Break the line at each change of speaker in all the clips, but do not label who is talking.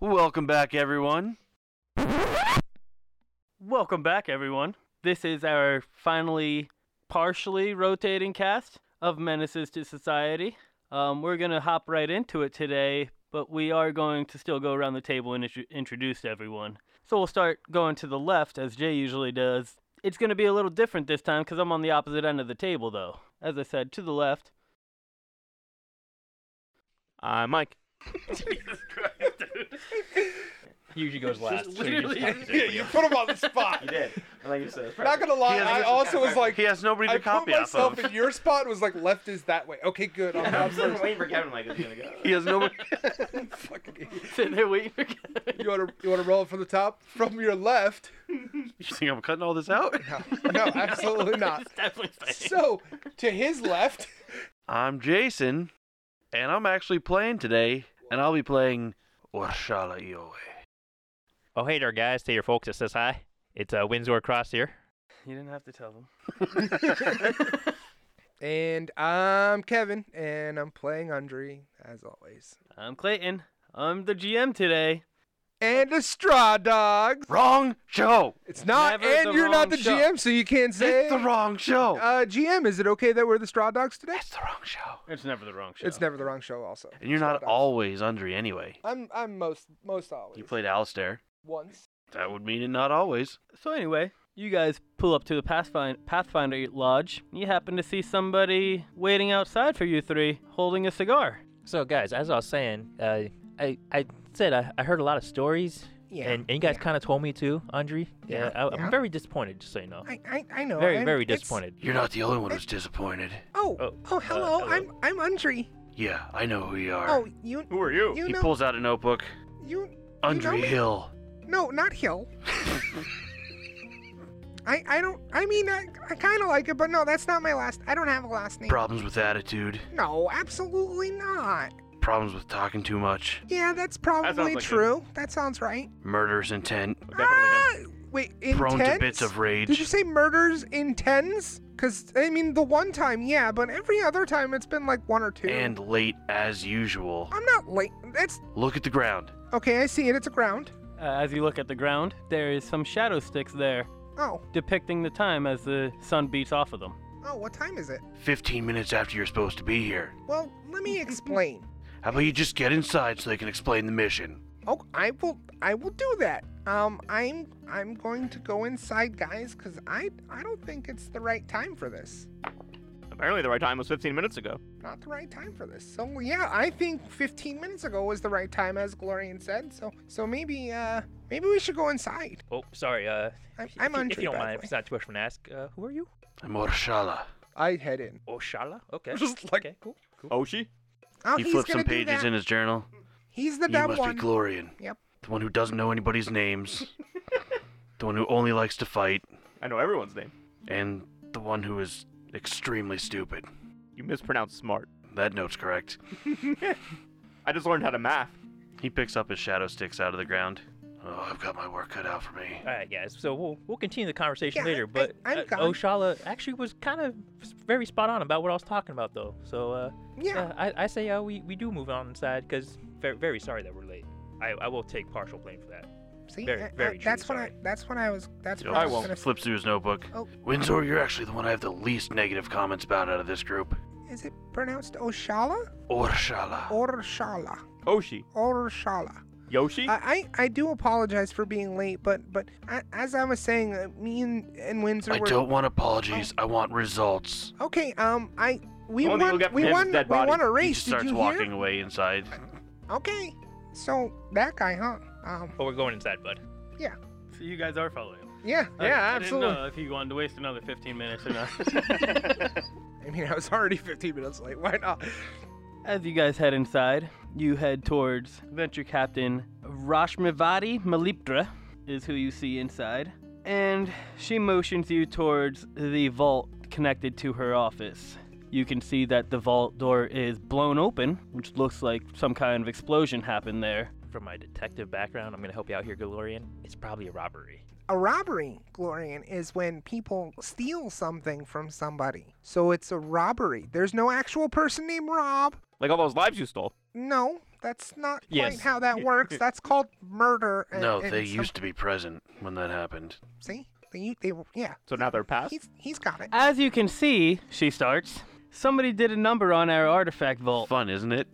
Welcome back, everyone.
Welcome back, everyone. This is our finally partially rotating cast of Menaces to Society. Um, we're going to hop right into it today, but we are going to still go around the table and intro- introduce everyone. So we'll start going to the left, as Jay usually does. It's going to be a little different this time because I'm on the opposite end of the table, though. As I said, to the left.
I'm Mike.
usually goes last. so you
literally-
just have to do
Yeah,
it.
you put him on the spot.
did. I think you said it's
Not gonna lie, I also was like,
He has nobody to
I put
copy off
myself
of.
in your spot. and Was like, left is that way. Okay, good. I'm not first.
waiting for Kevin. Like, is he gonna go?
He has nobody.
Fucking idiot.
Sitting there waiting for
You want to you want to roll it from the top from your left?
You think I'm cutting all this out?
No, absolutely not.
Definitely staying.
So to his left,
I'm Jason, and I'm actually playing today, and I'll be playing Warshala Ioe.
Oh, hey there, guys. To your folks, it says hi. It's uh, Windsor Cross here.
You didn't have to tell them.
and I'm Kevin, and I'm playing Andre as always.
I'm Clayton. I'm the GM today.
And the straw dogs.
Wrong show.
It's not,
Never
and
the
you're not
wrong
the
show.
GM, so you can't say
It's the wrong show.
Uh, GM, is it okay that we're the straw dogs today?
It's the wrong show.
It's never the wrong show.
It's never the wrong show. Also,
And you're
Straw
not
Dogs.
always Undry anyway.
I'm I'm most most always.
You played Alistair.
once.
That would mean it not always.
So anyway, you guys pull up to the Pathfind- Pathfinder Lodge. You happen to see somebody waiting outside for you three, holding a cigar.
So, guys, as I was saying, uh, I I said I, I heard a lot of stories,
Yeah,
and, and you guys kind of told me too, Andre.
Yeah,
I,
yeah.
I'm very disappointed, just so you know.
I I, I know.
very
I'm-
very
it's-
disappointed.
You're not the only one who's disappointed.
Oh, oh,
Oh, uh,
hello.
hello.
I'm I'm Undry.
Yeah, I know who you are.
Oh, you
Who are you?
you
he
know
pulls out a notebook.
you know
Undry
me?
Hill.
no not Hill. I I don't. I mean I I kind of like it, but no, that's not my last. I don't have a last name.
Problems with attitude.
No, absolutely not.
Problems with talking too much.
Yeah, that's probably
like
true. That sounds right.
Murderous intent.
Ah, wait, in
Prone to
tens?
bits of rage.
Did you say murders in tens? Because I mean, the one time, yeah, but every other time it's been like one or two.
and late as usual.
I'm not late. That's
Look at the ground.
okay. I see it. It's a ground.
Uh, as you look at the ground, there is some shadow sticks there,
Oh,
depicting the time as the sun beats off of them.
oh, what time is it?
15 minutes after you're supposed to be here.
Well, let me explain.
How about you just get inside so they can explain the mission?
oh, I will. I will do that. Um, I'm I'm going to go inside, guys, because I I don't think it's the right time for this.
Apparently, the right time was 15 minutes ago.
Not the right time for this. So yeah, I think 15 minutes ago was the right time, as Glorian said. So so maybe uh maybe we should go inside.
Oh, sorry. Uh,
I'm,
if,
I'm
you-
Andre.
if you don't
by the
mind, if
way.
it's not too much for me to ask, uh, who are you?
I'm Orshala.
I head in.
Oh, Shala. Okay.
Just like-
okay, cool. cool.
Oshi?
Oh,
he
he's
flips some
gonna do
pages
that.
in his journal.
He's the
you
dumb
must
one.
be Glorian.
Yep.
The one who doesn't know anybody's names. the one who only likes to fight.
I know everyone's name.
And the one who is extremely stupid.
You mispronounced smart.
That note's correct.
I just learned how to math.
He picks up his shadow sticks out of the ground. Oh, I've got my work cut out for me.
All right, guys. So we'll we'll continue the conversation
Yeah, I-
later. But
I- I'm
uh,
gone.
Oshala actually was kind of very spot on about what I was talking about, though. So uh,
Yeah.
yeah, I, I say uh, we we do move on inside because very very sorry that we're late. I, I will take partial blame for that.
See,
very-
I- I-
very true,
that's what I.
sorry.
That's what I was. That's
So
what I,
I
was
won't
gonna.
flips through his notebook.
Oh.
Windsor, you're actually the one I have the least negative comments about out of this group.
Is it pronounced Oshala
Orshala.
or Shala?
Oshi.
Or Shala.
Yoshi?
I, I I do apologize for being late, but but a- as I was saying, uh, me and, and Windsor
I
were Oh.
don't want apologies. I want results.
okay. Um, I we
The only thing
won
we got from
we
him is
won
dead
we
body.
won a
he
race.
just
Did
starts
you
walking
hear? Uh,
away inside.
Okay, so that guy, huh? Um,
Oh, we're going inside, bud.
So you guys are following him.
yeah,
I-
yeah,
I
absolutely.
didn't uh, know if you wanted to waste another 15 minutes or not.
I mean, I was already 15 minutes late. Why not?
As you guys head inside, you head towards Venture Captain Rashmivati Malipdra, is who you see inside. And she motions you towards the vault connected to her office. You can see that the vault door is blown open, which looks like some kind of explosion happened there.
From my detective background, I'm gonna help you out here, Galorian. It's probably a robbery.
a robbery, Glorian, is when people steal something from somebody. So it's a robbery. There's no actual person named Rob.
Like all those lives you stole.
No, that's not quite
Yes.
how that works. That's called murder. and-
No,
uh, and
they
some-
used to be present when that happened.
See, they, u- they were- yeah.
So now they're past.
He's he's got
Uh,
it.
As you can see, she starts. Somebody did a number on our artifact vault.
Fun, isn't it?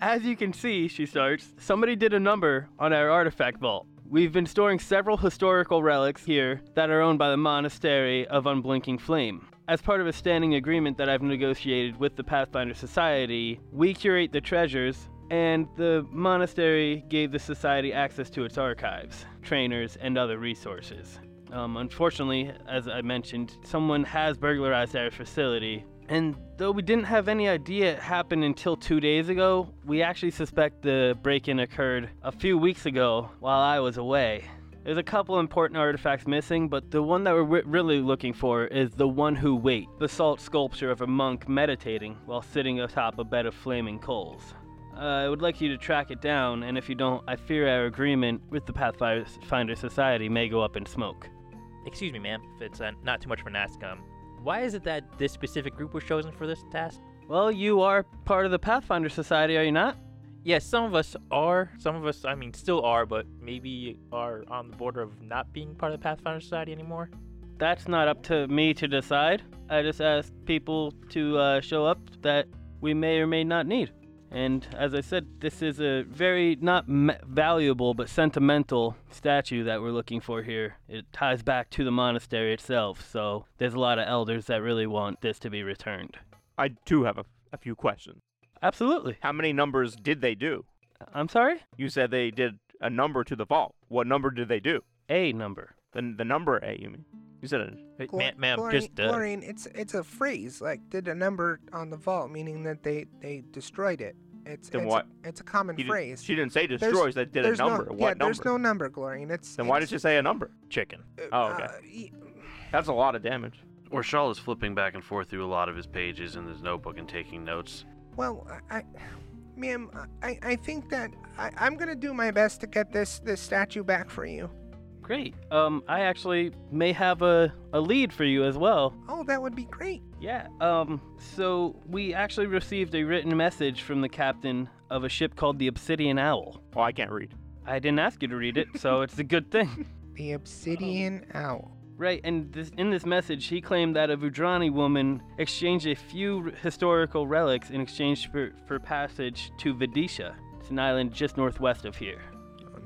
As you can see, she starts, somebody did a number on our artifact vault. We've been storing several historical relics here that are owned by the Monastery of Unblinking Flame. As part of a standing agreement that I've negotiated with the Pathfinder Society, we curate the treasures, and the monastery gave the society access to its archives, trainers, and other resources. Um, unfortunately, as I mentioned, someone has burglarized our facility. And though we didn't have any idea it happened until two days ago, we actually suspect the break in occurred a few weeks ago while I was away. There's a couple important artifacts missing, but the one that we're re- really looking for is the One Who Wait, basalt sculpture of a monk meditating while sitting atop a bed of flaming coals. Uh, I would like you to track it down, and if you don't, I fear our agreement with the Pathfinder Society may go up in smoke.
Excuse me, ma'am, if it's uh, not too much for an ask. Um, why is it that this specific group was chosen for this task?
Well, you are part of the Pathfinder Society, are you not?
Yes, some of us are. Some of us, I mean, still are, but maybe are on the border of not being part of the Pathfinder Society anymore.
That's not up to me to decide. I just ask people to uh, show up that we may or may not need. And as I said, this is a very not me- valuable but sentimental statue that we're looking for here. It ties back to the monastery itself, so there's a lot of elders that really want this to be returned.
I do have a, a few questions.
Absolutely.
How many numbers did they do?
I'm sorry?
You said they did a number to the vault. What number did they do?
A number.
The, the number A, you mean? You said a,
Hey,
Glor-
ma'am, ma'am,
Glorian,
just uh,
Glorian, it's it's a phrase like did a number on the vault, meaning that they they destroyed it. It's
Then
it's,
what?
A, it's a common
he did-
phrase.
she didn't say
There's-
destroys. That did a
there's
number.
No,
what
yeah,
number?
there's no number, Glorian. It's
then why did
it's,
she say a number?
chicken.
Oh, okay.
uh, y-
That's a lot of damage.
Orshal is flipping back and forth through a lot of his pages in his notebook and taking notes.
Well, I, I ma'am, I, I think that I, I'm gonna do my best to get this this statue back for you.
Great. Um, I actually may have a, a lead for you as well.
Oh, that would be great.
Yeah. Um. So we actually received a written message from the captain of a ship called the Obsidian Owl.
Oh, I can't read.
I didn't ask you to read it, so it's a good thing.
The obsidian owl.
Right. And this, in this message, he claimed that a Vudrani woman exchanged a few r- historical relics in exchange for, for passage to Vidisha. It's an island just northwest of here.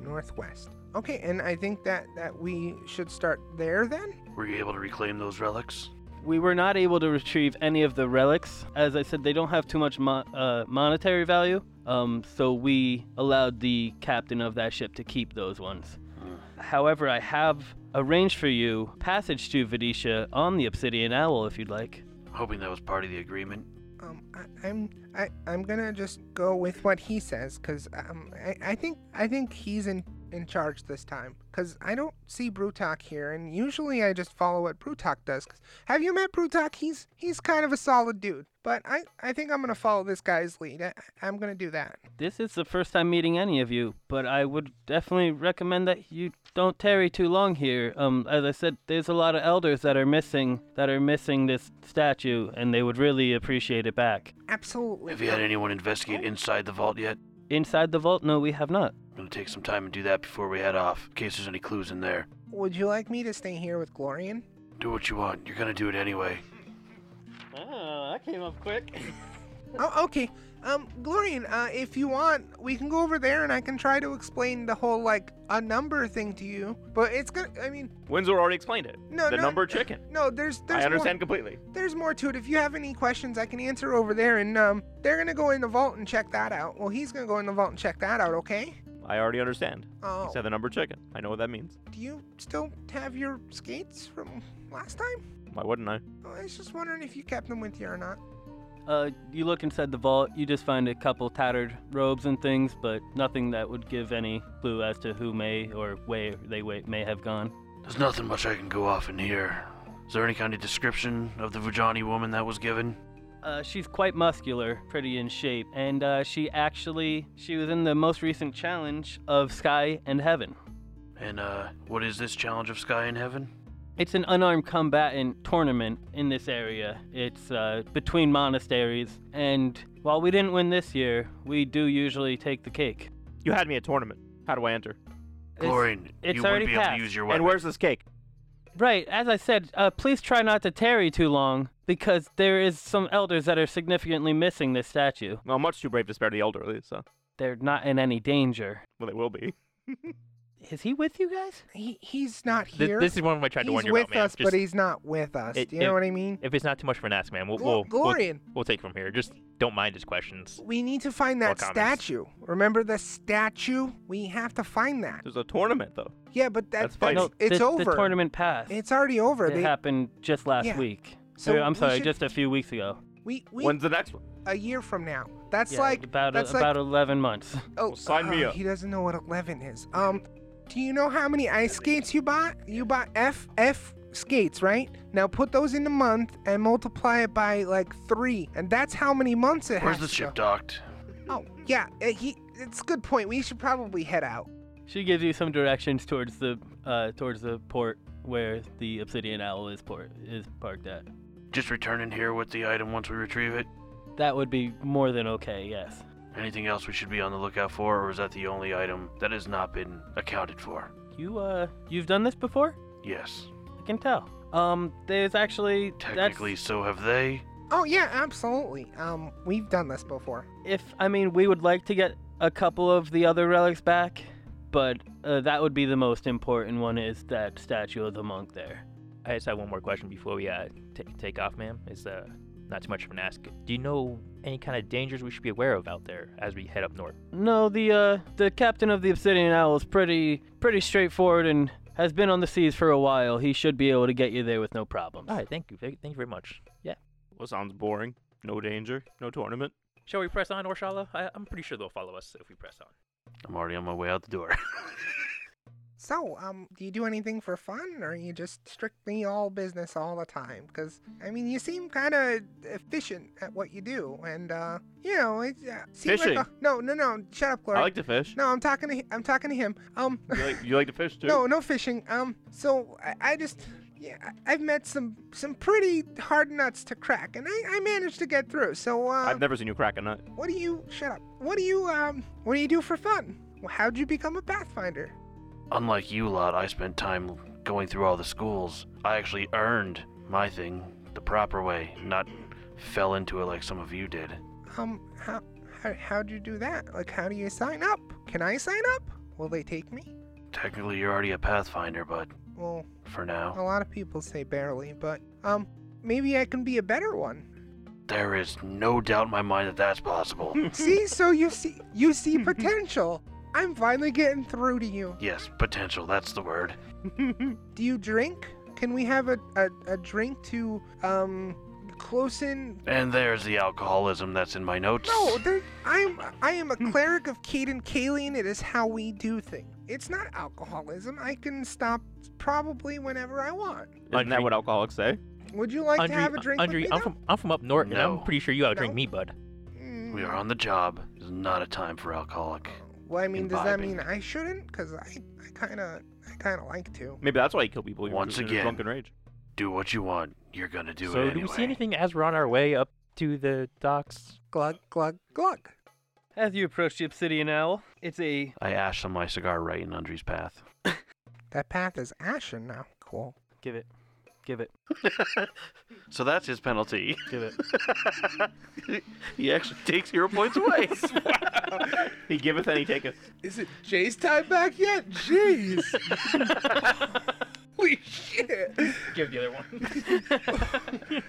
Northwest. Okay, and I think that that we should start there then.
Were you able to reclaim those relics?
We were not able to retrieve any of the relics. As I said, they don't have too much mo- uh, monetary value. Um, so we allowed the captain of that ship to keep those ones. However, I have arranged for you passage to Vidisha on the Obsidian Owl if you'd like.
Hoping that was part of the agreement.
Um, I, I'm I I'm gonna just go with what he says, cause um, I, I think I think he's in in charge this time, cause I don't see Brutok here, and usually I just follow what Brutok does. 'Cause- have you met Brutok? He's he's kind of a solid dude, but I I think I'm gonna follow this guy's lead. I, I'm gonna do that.
This is the first time meeting any of you, but I would definitely recommend that you don't tarry too long here. Um, as I said, there's a lot of elders that are missing that are missing this statue, and they would really appreciate it back.
Absolutely.
Have you had
Oh.
anyone investigate inside the vault yet?
Inside the vault, no, we have not.
I'm gonna take some time and do that before we head off, in case there's any clues in there.
Would you like me to stay here with Glorian?
Do what you want. You're gonna do it anyway.
Oh, that came up quick.
Oh, okay. Um, Glorian, uh, if you want, we can go over there and I can try to explain the whole, like, a number thing to you. But it's gonna, I mean,
Windsor already explained it.
No,
the
no,
number chicken.
no, there's, there's
I understand
More,
completely.
there's more to it. If you have any questions, I can answer over there and, um, they're gonna go in the vault and check that out. Well, he's gonna go in the vault and check that out, okay?
I already understand.
Oh,
You said the number chicken. I know what that means.
do you still have your skates from last time?
Why wouldn't I?
Oh, I was just wondering if you kept them with you or not.
Uh, you look inside the vault. You just find a couple tattered robes and things, but nothing that would give any clue as to who may or where they wa- may have gone.
There's nothing much I can go off in here. Is there any kind of description of the Vujani woman that was given?
Uh, she's quite muscular, pretty in shape, and uh, she actually she was in the most recent challenge of Sky and Heaven.
And uh, what is this challenge of sky and heaven?
It's an unarmed combatant tournament in this area. It's uh, between monasteries, and while we didn't win this year, we do usually take the cake.
You had me at tournament. How do I enter?
It's-
Glorin,
it's
you wouldn't
already
be able
passed.
to use your weapon.
And where's this cake?
Right, as I said, uh, please try not to tarry too long because there is some elders that are significantly missing this statue.
Well, I'm much too brave to spare the elderly, so
They're not in any danger.
well, they will be.
Is he with you guys?
He, he's not
Th-
here.
this is one I tried to warn
he's
you
with
about, man.
us,
Just-
but he's not with us.
It-
Do you know
it-
what I mean?
if it's not too much of an ask, man, we'll
Gl-
we'll, we'll,
Glorian.
we'll take from here. Just don't mind his questions.
We need to find that
More comments.
statue. Remember the statue? We have to find that.
There's a tournament though.
Yeah, but that,
That's fine.
that's-
No,
it's
the,
over.
The tournament passed.
It's already over.
it
They-
happened just last
Yeah.
week.
So
Or, I'm
we
sorry,
should-
just a few weeks ago.
we we
When's the next one?
a year from now. That's
Yeah,
like
about
that's like
about 11 months.
oh
Well, sign me
uh,
up.
He doesn't know what eleven is. Um, do you know how many ice skates you bought? You bought F F skates, right? Now put those in a month and multiply it by like three, and that's how many months it
Where's
has.
the
to
ship
go.
docked?
Oh yeah, uh, he. It's a good point. We should probably head out.
She gives you some directions towards the uh, towards the port where the obsidian owl is port is parked at.
Just return in here with the item once we retrieve it.
That would be more than okay. Yes.
Anything else we should be on the lookout for, or is that the only item that has not been accounted for?
You uh you've done this before?
Yes.
I can tell. Um, there's actually
Technically,
That's,
so have they.
Oh yeah, absolutely. Um, we've done this before.
if I mean, we would like to get a couple of the other relics back, but uh, that would be the most important one. Is that statue of the monk there?
I just have one more question before we uh ta take off, ma'am. It's uh not too much of an ask. Do you know any kind of dangers we should be aware of out there as we head up north?
No, the uh the captain of the Obsidian Owl is pretty pretty straightforward and has been on the seas for a while. He should be able to get you there with no problems.
All right, thank you, thank thank you very much. Yeah.
Well, sounds boring. No danger. No tournament.
Shall we press on, Orshala? I, I'm pretty sure they'll follow us if we press on.
I'm already on my way out the door.
So, um, do you do anything for fun, or are you just strictly all business all the time? Because I mean, you seem kind of efficient at what you do, and uh, you know, it uh, seems like
Fishing.
a, no, no, no, shut up, Glory.
I like to fish.
no, I'm talking to hi- I'm talking to him. Um,
You like, you like to fish too?
no, no fishing. Um, so I, I just. Yeah, I- I've met some some pretty hard nuts to crack, and I, I managed to get through. So, uh,
I've never seen you crack a nut.
what do you shut up? What do you um? What do you do for fun? How'd you become a pathfinder?
Unlike you lot, I spent time going through all the schools. I actually earned my thing the proper way, not fell into it like some of you did.
Um, how, how how'd you do that? Like, how do you sign up? Can I sign up? Will they take me?
Technically, you're already a Pathfinder, but
Well,
for
a
now,
lot of people say barely, but um, maybe I can be a better one.
there is no doubt in my mind that that's possible.
see, so you see, you see potential. I'm finally getting through to you.
yes, potential, that's the word.
Do you drink? Can we have a a, a drink to um close in?
And there's the alcoholism that's in my notes.
No, there, I'm I am a
Hmm.
cleric of Caden Kalian. It is how we do things. It's not alcoholism. I can stop probably whenever I want.
Isn't that what alcoholics say?
Would you like to have a drink
Andre,
with me?
I'm from I'm from up north, and
No.
I'm pretty sure you outdrink
No.
me, bud.
from.
We are on the job. It's not a time for alcoholic.
Well, I mean, does that
imbibing.
mean I shouldn't? Because I, I kind of, I kind of like to.
Maybe that's why you kill people. You're
Once
in a
again.
drunken rage.
Do what you want. You're gonna do
so,
it
do
anyway.
we see anything as we're on our way up to the docks?
Glug, glug, glug.
As you approach the Obsidian Owl, it's a
I ashed on my cigar right in Andre's path.
That path is ashen now. Cool.
give it, give it,
So that's his penalty.
give it.
he actually takes hero points away.
He giveth and he taketh.
Is it Jay's time back yet? Jeez.
Holy shit!
Give the other one.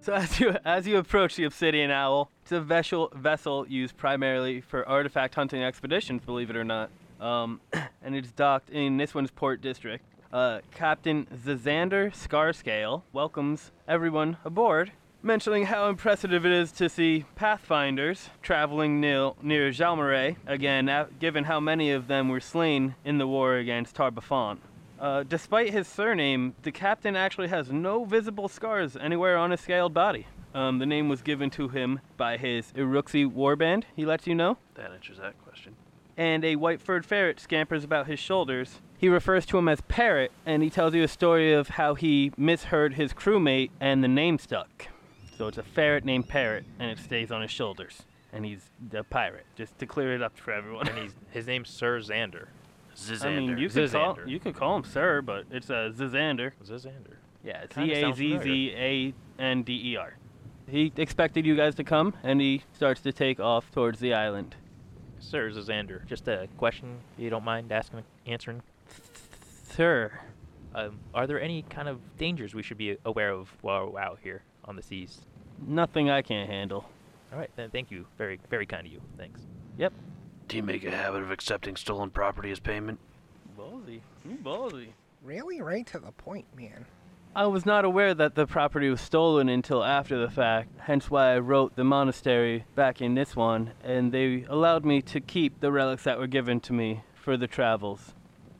So as you as you approach the Obsidian Owl, it's a vessel vessel used primarily for artifact hunting expeditions, believe it or not. Um, and it's docked in this one's port district. Uh, Captain Zazander Scarscale welcomes everyone aboard, mentioning how impressive it is to see Pathfinders traveling near, near Jalmaray again, a- given how many of them were slain in the war against Tarbafon. Uh, despite his surname, the captain actually has no visible scars anywhere on his scaled body. Um, the name was given to him by his Iruxi warband, he lets you know,
That answers that question.
and a white furred ferret scampers about his shoulders. He refers to him as Parrot, and he tells you a story of how he misheard his crewmate and the name stuck. So it's a ferret named Parrot, and it stays on his shoulders. And he's a pirate, just to clear it up for everyone.
And he's his name's Sir Xander.
Zizander.
I mean, you could, call,
Zizander.
you could call him Sir, but it's a Zizander.
Sir Xander.
Yeah, Z
Kinda
A
sounds
Z Z A N D E R. He expected you guys to come, and he starts to take off towards the island.
Sir Xander. Just a question, if you don't mind asking, answering.
Sir,
Um, are there any kind of dangers we should be aware of while we're out here on the seas?
nothing I can't handle.
All right, then. Thank you. Very, very kind of you. Thanks.
Yep.
Do you make a habit of accepting stolen property as payment?
Ballsy. You ballsy.
Really right to the point, man.
I was not aware that the property was stolen until after the fact, hence why I wrote the monastery back in this one, and they allowed me to keep the relics that were given to me for the travels.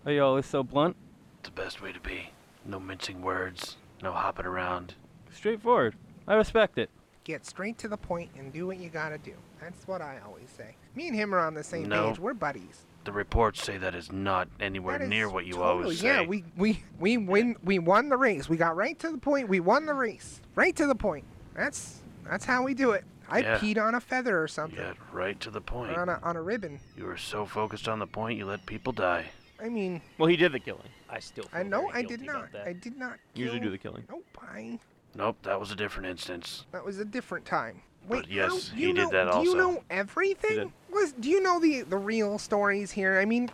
Are you always so blunt?
It's the best way to be. No mincing words, no hopping around.
Straightforward. I respect it.
Get straight to the point and do what you gotta do. That's what I always say. Me and him are on the same
No.
page. We're buddies.
The reports say that is not anywhere
That is
near what you
totally-
always say.
Yeah, we we we win. We won the race. We got right to the point. We won the race. Right to the point. That's that's how we do it. I
Yeah.
peed on a feather or something,
Yeah, right to the point.
or on a on a ribbon.
You were so focused on the point, you let people die.
I mean,
Well, he did the killing.
I still.
I know I did not. I did not. Kill.
Usually do the killing.
Nope. I,
Nope, that was a different instance.
that was a different time. Wait,
But yes,
how, you
he did
know,
that
Do you
also.
know everything? Was do you know the the real stories here? I mean,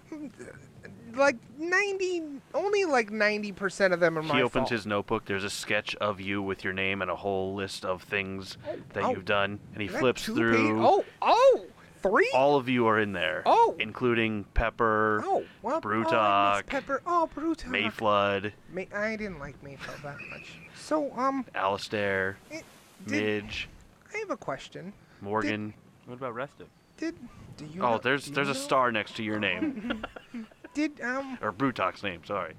like ninety, only like ninety percent of them are my
He opens
fault.
his notebook. There's a sketch of you with your name and a whole list of things that
oh,
you've done, and he
That
flips
two
through.
page- oh, oh, three.
All of you are in there,
Oh.
including Pepper,
Oh, well, oh, I miss
Brewdog,
Pepper. Oh, Brewdog.
Mayflood,
Ma- I didn't like Mayflood that much. So, um,
Alistair,
it, did,
Midge,
I have a question.
Morgan.
What about Restive?
Did do you?
Oh,
know-
there's
do you
there's a
know-
star next to your name
Did um
or Brutok's name. Sorry.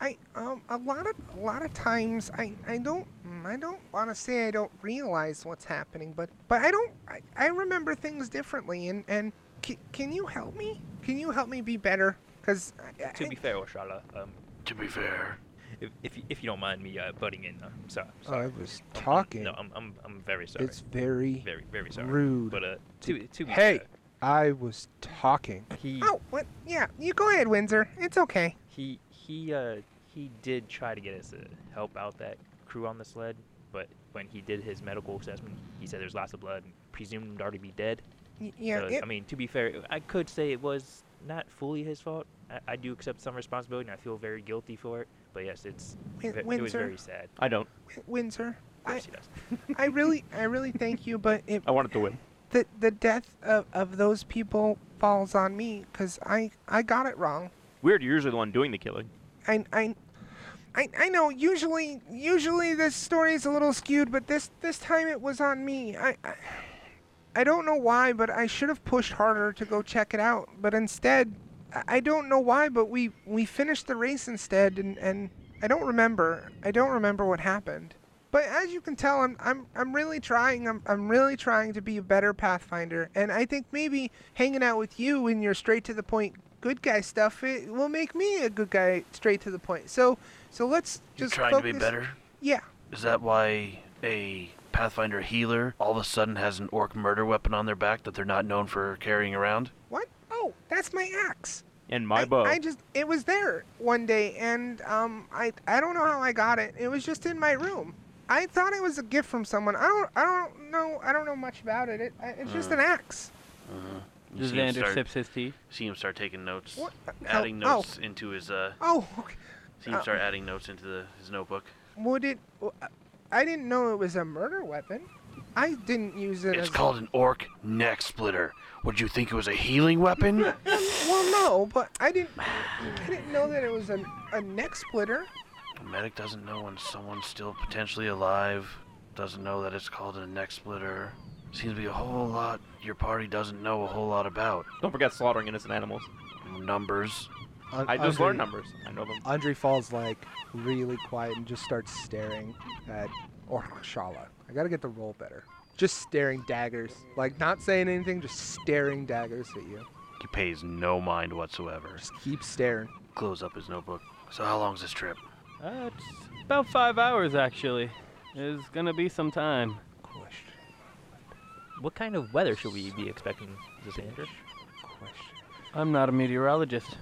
I um a lot of a lot of times I I don't mm, I don't want to say I don't realize what's happening, but but I don't I, I remember things differently and and c- can you help me? Can you help me be better? Cause I, I,
To be fair, Oshala, um,
To be fair,
if, if, you- if you don't mind me uh, butting in, I'm sorry. sorry.
Oh, I was talking.
No, I'm, I'm, I'm very sorry.
very
very, very sorry.
rude.
But uh, to, to be fair,
I was talking.
he
Oh, what? Yeah, you go ahead, Windsor. It's okay.
he he uh he did try to get us to help out that crew on the sled, but when he did his medical assessment, he said there's lots of blood and presumed him to already be dead.
Y- yeah,
so,
it,
I mean, to be fair, I could say it was not fully his fault. I, I do accept some responsibility, and I feel very guilty for it. But yes, it's
Win-
ve- it was
Windsor?
very sad.
I don't.
Win- Windsor.
Of
I,
course he Oh. does.
I really I really thank you, but it,
I wanted to win.
the the death of, of those people falls on me because I I got it wrong.
We're usually the one doing the killing.
I I. I, I know usually usually this story is a little skewed but this this time it was on me I, I I don't know why but I should have pushed harder to go check it out but instead I- I don't know why but we we finished the race instead and and I don't remember I don't remember what happened but as you can tell, I'm I'm, I'm really trying. I'm, I'm really trying to be a better Pathfinder, and I think maybe hanging out with you and your straight to the point good guy stuff it will make me a good guy straight to the point. So so let's
you're
just
trying to be
focus-
better.
Yeah.
Is that why a Pathfinder healer all of a sudden has an orc murder weapon on their back that they're not known for carrying around?
What? Oh, that's my axe.
And my
I,
bow.
I just it was there one day, and um I I don't know how I got it. It was just in my room. I thought it was a gift from someone. I don't I don't know I don't know much about it. it I- it's just
Hmm.
an axe.
You see him,
Xander
start,
sips his tea.
see him start taking notes,
What?
adding
oh,
notes into his uh,
Oh. Okay.
see him
Oh.
start adding notes into the, his notebook.
Would it? w- I didn't know it was a murder weapon. I didn't use it
It's
as.
called an orc neck splitter. Would you think it was a healing weapon?
Well, no, but I didn't. I didn't know that it was a, a neck splitter.
a medic doesn't know when someone's still potentially alive. Doesn't know that it's called a neck splitter. Seems to be a whole lot your party doesn't know a whole lot about.
Don't forget slaughtering innocent animals.
Numbers,
An-
I just
Andre-
learned numbers. I know them.
Andre falls like really quiet and just starts staring at Orkshala. I gotta get the roll better. Just staring daggers, like not saying anything, just staring daggers at you.
He pays no mind whatsoever.
Just keep staring.
Close up his notebook. So how long's this trip?
Uh, it's about five hours, actually. It's gonna be some time.
Question.
What kind of weather should we be expecting this winter?
Question.
I'm not a meteorologist.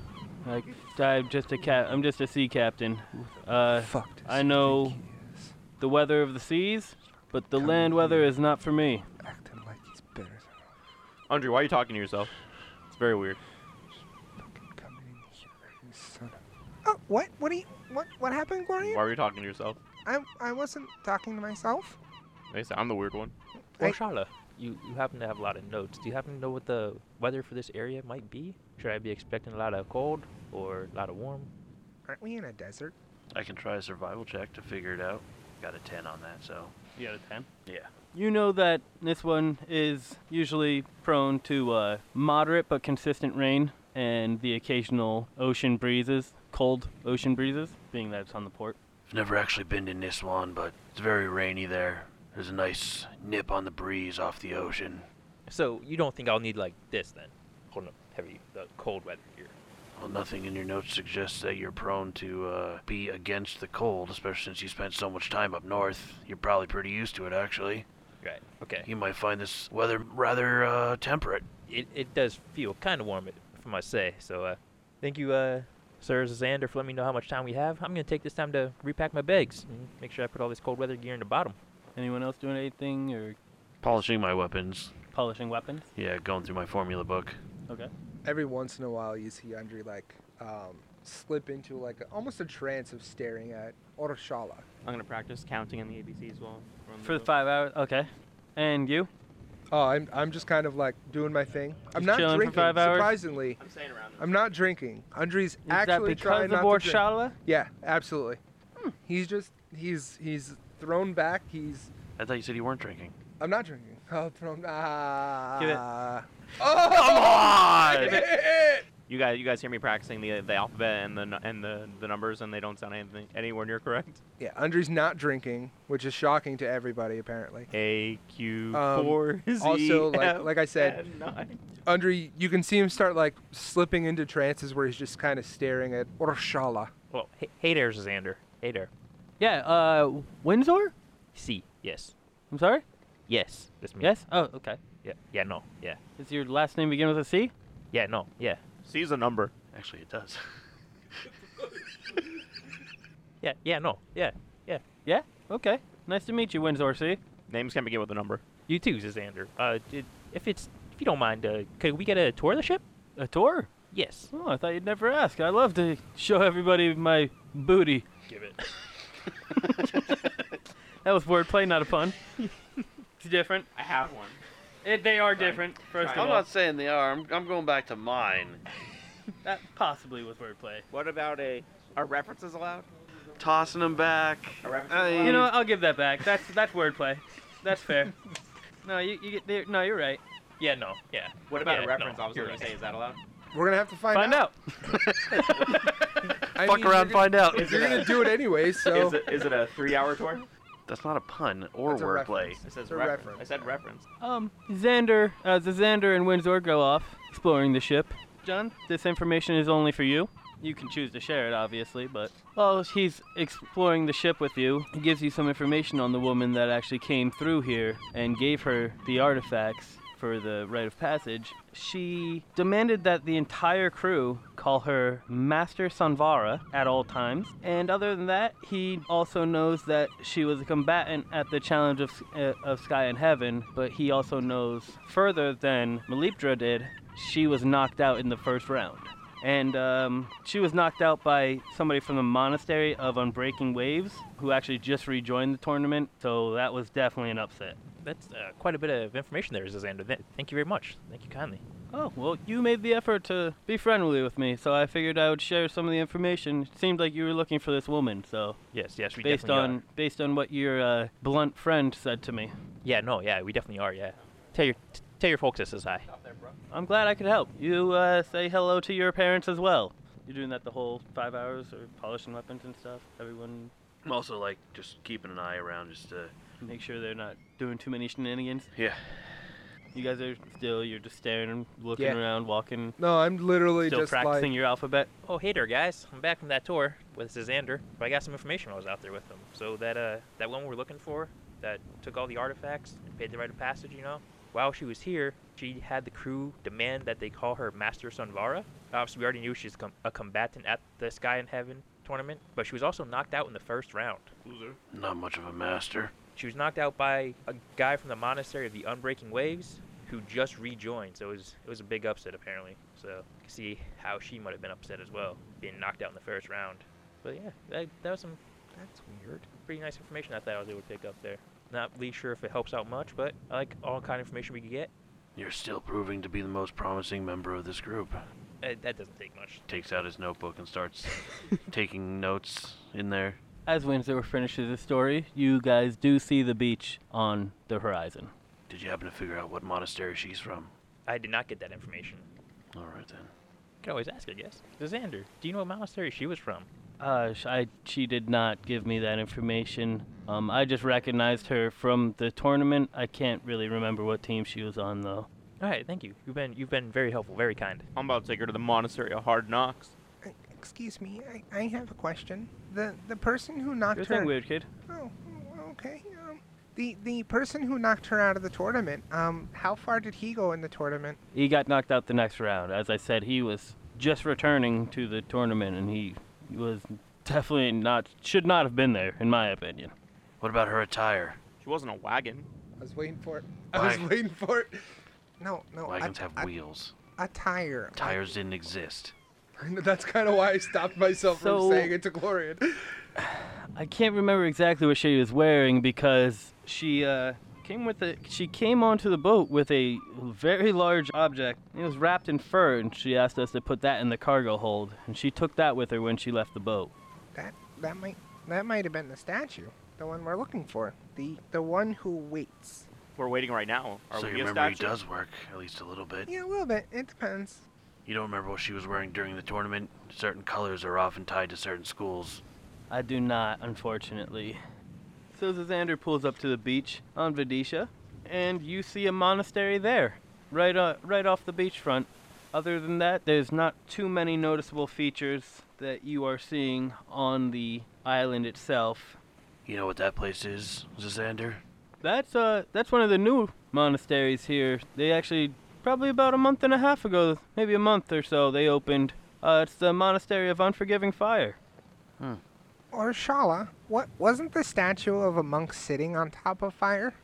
Like, I'm just a cat. I'm just a sea captain. Uh,
Fuck. does
I
he
know-
think he is?
the weather of the seas, but the
Come
land weather
here.
is not for me.
Acting like he's better
Andre, why are you talking to yourself? It's very weird.
than fucking coming in here. You son of-
Oh, what? What do you? What? What happened,
Why
Gloria?
are you talking to yourself?
I I wasn't talking to myself.
Like I said, I'm the weird one.
I-
Or Shala, you, you happen to have a lot of notes. Do you happen to know what the weather for this area might be? Should I be expecting a lot of cold or a lot of warm?
Aren't we in a desert?
I can try a survival check to figure it out. Got a 10 on that, so.
You got a 10?
Yeah.
You know that this one is usually prone to uh, moderate but consistent rain and the occasional ocean breezes, cold ocean breezes, being that it's on the port.
I've never actually been to Niswan, but it's very rainy there. There's a nice nip on the breeze off the ocean.
So you don't think I'll need like this then? Holding up heavy the cold weather here.
Well, nothing in your notes suggests that you're prone to uh, be against the cold, especially since you spent so much time up north. You're probably pretty used to it, actually.
Right. Okay.
You might find this weather rather uh, temperate.
It, it does feel kind of warm, if I must say. So uh, thank you, uh, Sir Xander, for letting me know how much time we have. I'm gonna take this time to repack my bags and make sure I put all this cold weather gear in the bottom.
Anyone else doing anything or
Polishing my weapons.
polishing weapons?
Yeah, going through my formula book.
Okay.
Every once in a while, you see Andre like um, slip into like a, almost a trance of staring at Orshala.
I'm gonna practice counting in the ABCs while we're on the
For
boat.
five hours? Okay. And you?
Oh, I'm I'm just kind of like doing my thing. I'm
Just
not
chilling for
drinking.
five hours?
Surprisingly,
I'm staying around.
I'm not drinking. Andre's
Is that
actually
because
trying
of Hmm.
not to drink.
Warshala?
Yeah, absolutely. He's just he's he's thrown back. He's
I thought you said you weren't drinking.
I'm not drinking. Oh, thrown. Ah.
Come on!
it.
You guys, you guys hear me practicing the the alphabet and the nu- and the, the numbers, and they don't sound anything anywhere near correct.
Yeah, Andre's not drinking, which is shocking to everybody apparently.
A Q
Um,
four Z.
also, like-
F,
like I said-
N, nine.
Andre, you can see him start like slipping into trances where he's just kind of staring at Orshala.
Well, hey, hey there, Xander. Hey there.
Yeah, uh, Windsor?
See. Yes.
I'm sorry?
Yes. That's
Mm.
me.
Yes? Oh, okay.
Yeah. Yeah. No. Yeah.
Does your last name begin with a C?
Yeah. No. Yeah.
C's a number.
Actually, it does.
Yeah. Yeah. No. Yeah.
Yeah? Okay. Nice to meet you, Windsor C.
Names can begin with a number.
You too, Xander. Uh, did, if it's if you don't mind, uh, could we get a tour of the ship?
A tour?
Yes.
Oh, I thought you'd never ask. I love to show everybody my booty.
Give it.
That was wordplay, not a pun. it's different.
I have one.
It, they are different, first
Fine.
of all.
saying they are. I'm, I'm going back to mine.
That possibly was wordplay.
What about a? Are references allowed?
Tossing them back. Uh,
Are references
Hey.
allowed?
You know, what, I'll give that back. That's that's wordplay. That's fair. no, you, you get there. No, you're right.
Yeah. No. Yeah.
What about
Yeah,
a reference?
no,
I was
you're
going to
right.
say, is that allowed?
We're gonna have to find,
Find out.
I
Fuck
mean,
around,
you're gonna-
find out.
You're gonna do it anyway, so
Is it is it a three-hour tour?
That's not a pun or
That's a
wordplay.
reference.
It says
a
reference.
reference,
I said
yeah.
reference.
Um, Xander, uh, the Xander and Windsor go off exploring the ship. John, this information is only for you. You can choose to share it, obviously, but while he's exploring the ship with you, he gives you some information on the woman that actually came through here and gave her the artifacts for the rite of passage. She demanded that the entire crew call her Master Sanvara at all times, and other than that, he also knows that she was a combatant at the challenge of, uh, of Sky and Heaven, but he also knows further than Melipdra did, she was knocked out in the first round. And um, she was knocked out by somebody from the monastery of Unbreaking Waves, who actually just rejoined the tournament, so that was definitely an upset.
That's uh, quite a bit of information there, Xander. Th- Thank you very much. Thank you kindly.
Oh, well, you made the effort to be friendly with me, so I figured I would share some of the information. It seemed like you were looking for this woman, so
Yes. Yes. We
based
definitely
on
Are.
based on what your uh, blunt friend said to me.
Yeah. No. Yeah. We definitely are. Yeah. Tell your t- tell your folks this is I.
I'm glad I could help. You uh, say hello to your parents as well. You're doing that the whole five hours, or polishing weapons and stuff. Everyone,
I'm also like just keeping an eye around, just to
make sure they're not doing too many shenanigans.
yeah.
You guys are still. You're just staring, and looking
Yeah.
around, walking,
No, I'm literally
still
just
practicing
like
your alphabet.
Oh, hey there, guys. I'm back from that tour with Xander, but I got some information when I was out there with them. So that uh, that one we're looking for, that took all the artifacts and paid the rite of passage, you know. While she was here, she had the crew demand that they call her Master Sunvara. Obviously, we already knew she's com- a combatant at the Sky and Heaven tournament, but she was also knocked out in the first round.
Loser.
Not much of a master.
She was knocked out by a guy from the monastery of the Unbreaking Waves, who just rejoined. So it was it was a big upset apparently. So you can see how she might have been upset as well, being knocked out in the first round. But yeah, that, that was some
that's weird.
pretty nice information I thought I was able to pick up there. Not really sure if it helps out much, but I like all kind of information we could get.
You're still proving to be the most promising member of this group.
Uh, that doesn't take much.
Takes out his notebook and starts taking notes in there.
As Winslow finishes his story, you guys do see the beach on the horizon.
Did you happen to figure out what monastery she's from?
I did not get that information.
All right then.
You can always ask, I guess. Xander, do you know what monastery she was from?
Uh, sh- I, she did not give me that information. Um, I just recognized her from the tournament. I can't really remember what team she was on, though.
All right, thank you. You've been you've been very helpful, very kind.
I'm about to take her to the monastery of hard knocks.
I- Excuse me, I, I have a question. The the person who knocked
You're
her
saying weird, kid.
Oh, o- okay. Um, the the person who knocked her out of the tournament. Um, how far did he go in the tournament?
He got knocked out the next round. As I said, he was just returning to the tournament, and he was definitely not, should not have been there, in my opinion.
What about her attire?
She wasn't a wagon.
I was waiting for it. I was
Wag-
waiting for it.
No, no. a-
Wagons have
a,
wheels.
a tire.
Tires didn't exist.
I know, That's kind of why I stopped myself
So-
from saying it to Glorian.
I can't remember exactly what she was wearing because she uh, came with a she came onto the boat with a very large object. It was wrapped in fur, and she asked us to put that in the cargo hold. And she took that with her when she left the boat.
That that might that might have been the statue, the one we're looking for. The the one who waits.
We're waiting right now. Are
so
we
your
a
memory
statue?
does work, at least a little bit.
Yeah, a little bit. It depends.
You don't remember what she was wearing during the tournament? Certain colors are often tied to certain schools.
I do not, unfortunately. So Xander pulls up to the beach on Vedisha, and you see a monastery there, right, uh, right off the beachfront. Other than that, there's not too many noticeable features that you are seeing on the island itself.
You know what that place is, Zazander?
That's uh, that's one of the new monasteries here. They actually probably about a month and a half ago, maybe a month or so, they opened. Uh, it's the monastery of unforgiving fire.
Or Shala. What wasn't the statue of a monk sitting on top of fire?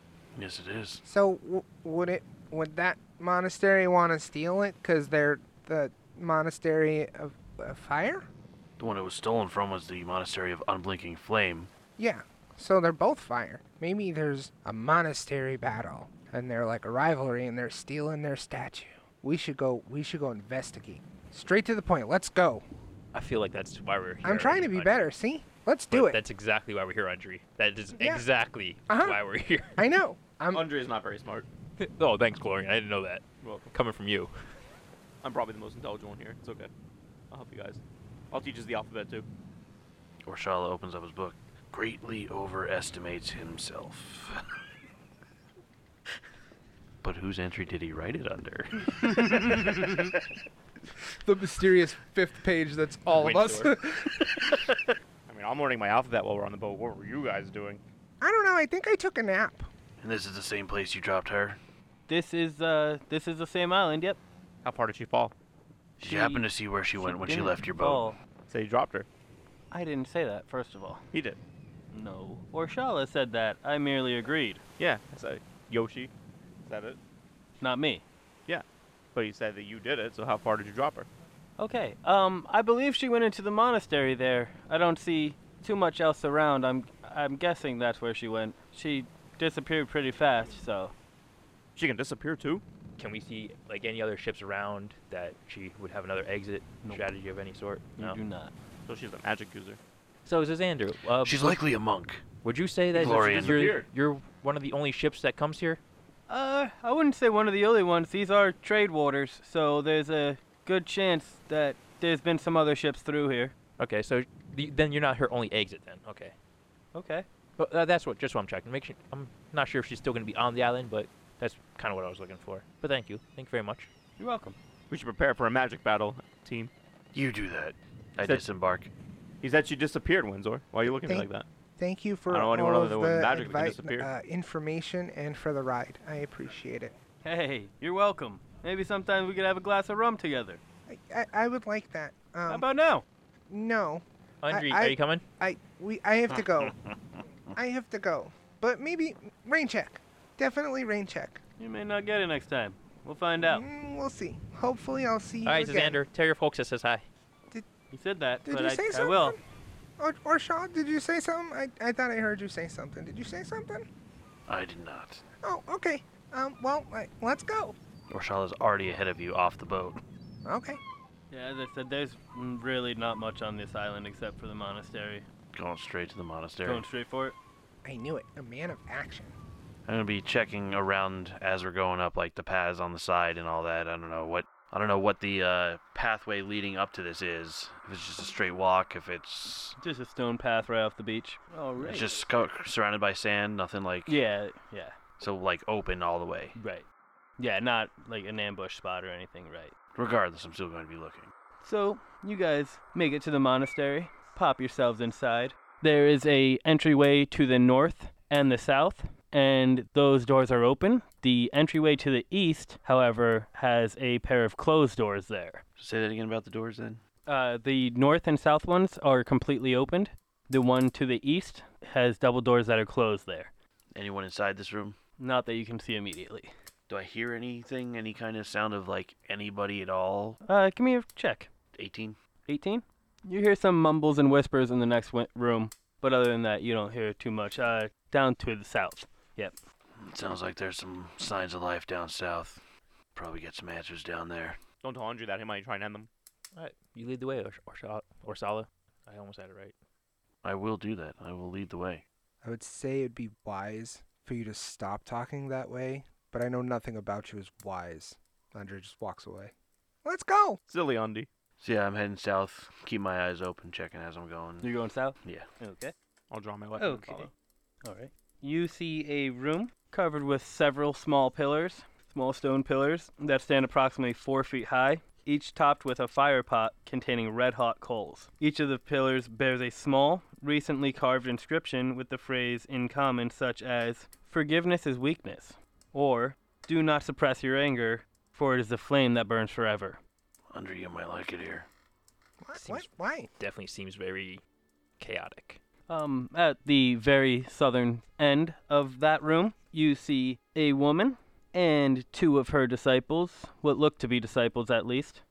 Yes, it is.
So w- would it would that monastery want to steal it? Cause they're the monastery of, of fire.
The one it was stolen from was the monastery of unblinking flame.
Yeah. So they're both fire. Maybe there's a monastery battle and they're like a rivalry and they're stealing their statue. We should go we should go investigate. Straight to the point. Let's go.
I feel like that's why we're here.
I'm trying to be
Audrey.
better, see? Let's do
But
it.
That's exactly why we're here, Andre. That is
Yeah.
exactly
Uh-huh.
why we're here.
I know. I'm
Andrea's not very smart.
oh, thanks, Glorian. I didn't know that.
You're welcome.
Coming from you.
I'm probably the most intelligent one here. It's okay. I'll help you guys. I'll teach us the alphabet too.
Orshala opens up his book. Greatly overestimates himself. but whose entry did he write it under?
The mysterious fifth page that's all of us.
Windsor. I mean, I'm learning my alphabet while we're on the boat. What were you guys doing?
I don't know, I think I took a nap.
and this is the same place you dropped her?
This is uh, this is the same island. Yep.
How far did she fall?
Did you happen to see where she went when she
didn't
left your boat?
fall.
Say you dropped her.
I didn't say that, first of all.
He did.
No. Orshala said that. I merely agreed.
Yeah. So Yoshi. Is that it?
Not me.
But you said that you did it. So how far did you drop her?
Okay. Um, I believe she went into the monastery there. I don't see too much else around. I'm I'm guessing that's where she went. She disappeared pretty fast, so.
She can disappear too.
Can we see like any other ships around that she would have another exit
Nope.
strategy of any sort?
You do not.
So she's a magic user.
So is this Andrew? Uh,
She's likely a monk.
would you say that
Glorian.
you're, you're one of the only ships that comes here?
Uh, I wouldn't say one of the only ones. These are trade waters, so there's a good chance that there's been some other ships through here.
Okay, so the, then you're not her only exit then. Okay.
Okay.
Well, uh, that's what just what I'm checking. Make sure I'm not sure if she's still going to be on the island, but that's kind of what I was looking for. But thank you. Thank you very much.
You're welcome.
We should prepare for a magic battle, team.
You do that. I
Said-
disembark.
He's that you disappeared, Windsor. Why are you looking at me like
Thank-
that?
Thank you for
I don't know
all
anyone
of
other
the
than Women Magic that can
advi-
disappear.
uh, information and for the ride. I appreciate it.
Hey, you're welcome. Maybe sometime we could have a glass of rum together.
I, I, I would like that. Um,
How about now?
no,
Andre,
I-
are you coming?
I we I have to go. I have to go. But maybe rain check. Definitely rain check.
You may not get it next time. We'll find out.
Mm, we'll see. Hopefully, I'll see you
All right,
again.
Xander, tell your folks I says hi.
He said that,
Did
but
you
I,
say
I
something?
will.
Or, or Shaw, did you say something? I, I thought I heard you say something. Did you say something?
I did not.
Oh, okay. Um, well, I, let's go.
Orshala's already ahead of you off the boat.
Okay.
Yeah, as I said, there's mm, really not much on this island except for the monastery.
Going straight to the monastery.
Going straight for it.
I knew it. A man of action.
I'm gonna be checking around as we're going up, like the paths on the side and all that. I don't know what I don't know what the uh, pathway leading up to this is. If it's just a straight walk, if it's
Just a stone path right off the beach.
Oh,
All right.
it's just sco- surrounded by sand, nothing like
yeah, yeah,
so like open all the way.
right. Yeah, not like an ambush spot or anything, right?
Regardless, I'm still going to be looking.
So you guys make it to the monastery, pop yourselves inside. There is a entryway to the north and the south, and those doors are open. The entryway to the east, however, has a pair of closed doors there.
Say that again about the doors, then.
Uh, the north and south ones are completely opened. The one to the east has double doors that are closed there.
Anyone inside this room?
Not that you can see immediately.
Do I hear anything? Any kind of sound of like anybody at all?
Uh, give me a check.
18.
18? You hear some mumbles and whispers in the next wi- room, but other than that, you don't hear too much. Uh, down to the south.
It sounds like there's some signs of life down south. Probably get some answers down there.
Don't tell Andrew that. He might try and end them.
All right, you lead the way, Orsala. Or, Orsala. I almost had it right.
I will do that. I will lead the way.
I would say it'd be wise for you to stop talking that way, but I know nothing about you is wise. Andre just walks away.
Let's go.
Silly Andy.
So yeah, I'm heading south. Keep my eyes open, checking as I'm going.
You're going south?
Yeah.
Okay.
I'll draw my weapon. and
Okay.
follow.
All right. You see a room covered with several small pillars, small stone pillars that stand approximately four feet high, each topped with a fire pot containing red hot coals. Each of the pillars bears a small, recently carved inscription with the phrase in common, such as Forgiveness is weakness, or Do not suppress your anger, for it is the flame that burns forever.
Andre, you might like it here.
What?
Seems-
What? Why?
Definitely seems very chaotic.
Um, at the very southern end of that room, you see a woman and two of her disciples, what look to be disciples at least,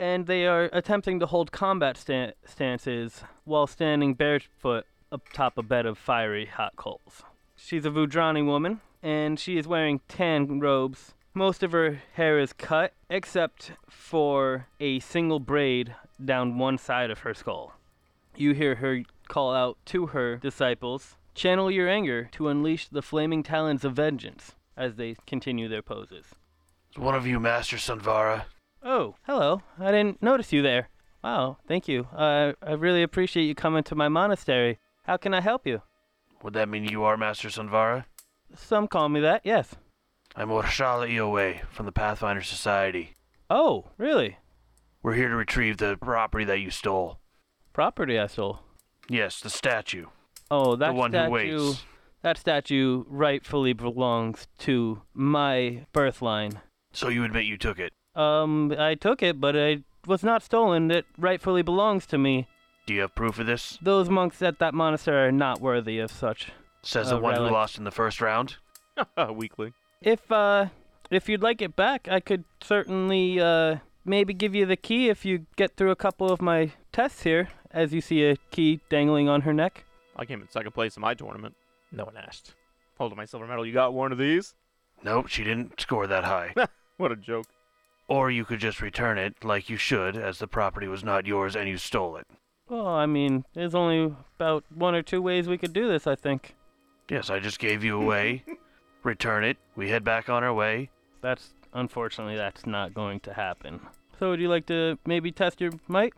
and they are attempting to hold combat stan- stances while standing barefoot atop a bed of fiery hot coals. She's a Vudrani woman, and she is wearing tan robes. Most of her hair is cut, except for a single braid down one side of her skull. You hear her call out to her disciples, channel your anger to unleash the flaming talons of vengeance as they continue their poses.
Is one of you Master Sunvara?
Oh, hello. I didn't notice you there. Wow, thank you. Uh, I really appreciate you coming to my monastery. How can I help you?
Would that mean you are Master Sunvara?
Some call me that, yes.
I'm Orshala Iowe from the Pathfinder Society.
Oh, really?
We're here to retrieve the property that you stole.
Property I stole.
Yes, the statue.
Oh, that
the one
statue.
who waits.
That statue rightfully belongs to my birthline.
So you admit you took it.
Um, I took it, but it was not stolen. It rightfully belongs to me.
Do you have proof of this?
Those monks at that monastery are not worthy of such.
Says
Uh,
the one
relic.
who lost in the first round.
Weakling.
If uh, if you'd like it back, I could certainly uh maybe give you the key if you get through a couple of my tests here. As you see a key dangling on her neck.
I came in second place in my tournament.
No one asked.
Hold on my silver medal. You got one of these?
Nope, she didn't score that high.
What a joke.
or you could just return it, like you should, as the property was not yours and you stole it.
Well, I mean, there's only about one or two ways we could do this. I think
Yes, I just gave you away. return it. We head back on our way.
that's unfortunately that's not going to happen. So would you like to maybe test your might?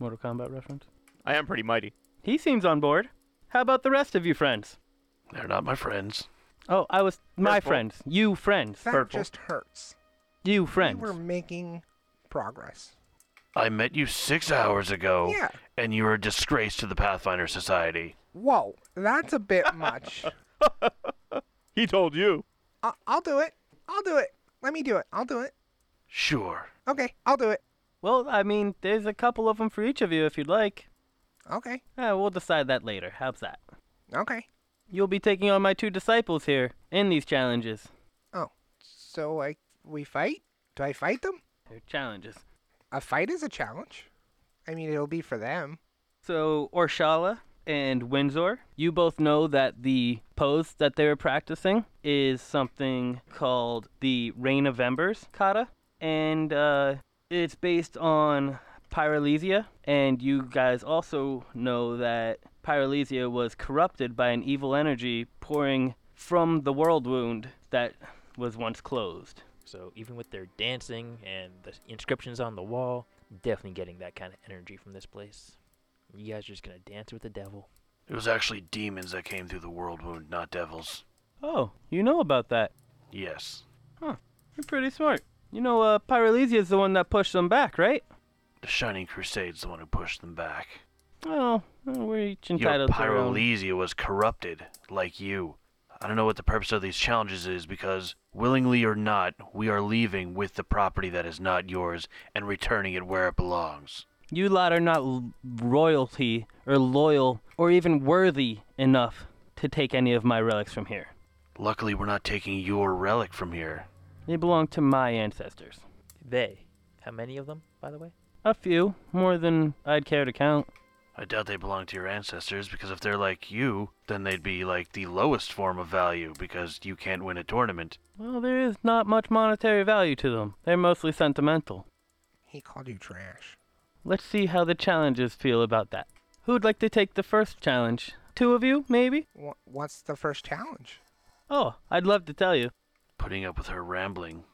Mortal Kombat reference.
I am pretty mighty.
He seems on board. How about the rest of you friends?
They're not my friends.
Oh, I was my
Purple.
friends. You friends.
That
Purple.
just hurts.
you friends.
We were making progress.
I met you six hours ago,
Yeah.
and you were a disgrace to the Pathfinder Society.
Whoa, that's a bit much.
He told you.
I- I'll do it. I'll do it. Let me do it. I'll do it.
Sure.
Okay, I'll do it.
Well, I mean, there's a couple of them for each of you if you'd like.
Okay,
Eh, we'll decide that later. How's that?
okay.
You'll be taking on my two disciples here in these challenges.
So I we fight. Do I fight them?
They're challenges.
A fight is a challenge. I mean, it'll be for them.
So, Orshala and Windsor, you both know that the pose that they were practicing is something called the Reign of Embers kata. And uh, it's based on Pyrolesia. And you guys also know that Pyrolesia was corrupted by an evil energy pouring from the world wound that was once closed.
So even with their dancing and the s- inscriptions on the wall, definitely getting that kind of energy from this place. You guys are just gonna dance with the devil.
It was actually demons that came through the world wound, not devils.
Oh, you know about that.
Yes.
You're pretty smart. You know, uh, Pyrolesia is the one that pushed them back, right?
The Shining Crusade's the one who pushed them back.
Well, we're each
Your
entitled to our own.
Pyrolesia was corrupted, like you. I don't know what the purpose of these challenges is because, willingly or not, we are leaving with the property that is not yours and returning it where it belongs.
You lot are not l- royalty or loyal or even worthy enough to take any of my relics from here.
Luckily, we're not taking your relic from here.
They belong to my ancestors.
They. How many of them, by the way?
A few, more than I'd care to count.
I doubt they belong to your ancestors because if they're like you, then they'd be like the lowest form of value because you can't win a tournament.
Well, there is not much monetary value to them. They're mostly sentimental.
He called you trash.
Let's see how the challenges feel about that. Who'd like to take the first challenge? Two of you, maybe?
Wha what's the first challenge?
Oh, I'd love to tell you.
Putting up with her rambling.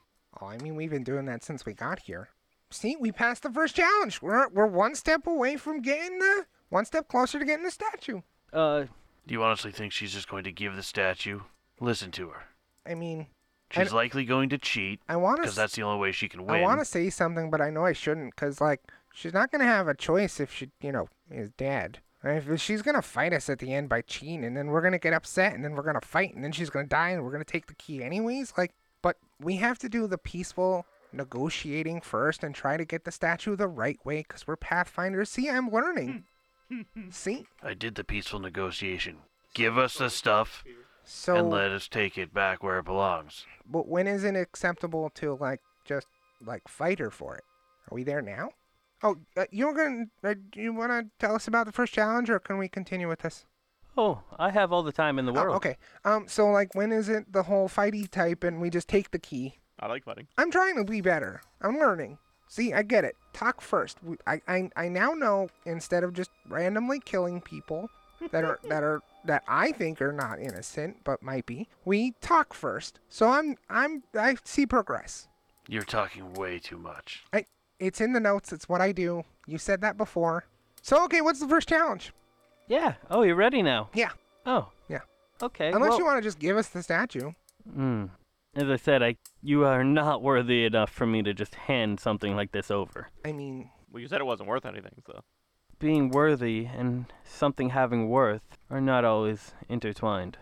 Oh, I mean, we've been doing that since we got here. See, we passed the first challenge. We're we're one step away from getting the one step closer to getting the statue.
Uh,
Do you honestly think she's just going to give the statue? Listen to her.
I mean, I
She's likely going to cheat
I want
because
to
that's the only way she can win.
I want to say something, but I know I shouldn't because like she's not gonna have a choice if she you know is dead. Right? If she's gonna fight us at the end by cheating, and then we're gonna get upset, and then we're gonna fight, and then she's gonna die, and we're gonna take the key anyways. Like, but we have to do the peaceful negotiating first and try to get the statue the right way because we're pathfinders. See, I'm learning.
Hmm.
See,
I did the peaceful negotiation. Give us the stuff
so
and let us take it back where it belongs.
but when is it acceptable to like just like fight her for it? Are we there now? Oh, uh, you're gonna uh, do you want to tell us about the first challenge, or can we continue with this?
oh, I have all the time in the
Oh,
world.
okay. Um. So like, when is it the whole fighty type, and we just take the key?
I like fighting.
I'm trying to be better. I'm learning. See, I get it. Talk first. We- I I, I now know instead of just randomly killing people that are that are that I think are not innocent but might be, we talk first. So I'm I'm I see progress.
You're talking way too much.
It's in the notes. It's what I do. You said that before. So okay, what's the first challenge?
Yeah. Oh, you're ready now?
Yeah.
Oh.
Yeah.
Okay.
Unless
well-
you want to just give us the statue.
Mm. As I said, I you are not worthy enough for me to just hand something like this over.
I mean,
Well, you said it wasn't worth anything, so.
Being worthy and something having worth are not always intertwined.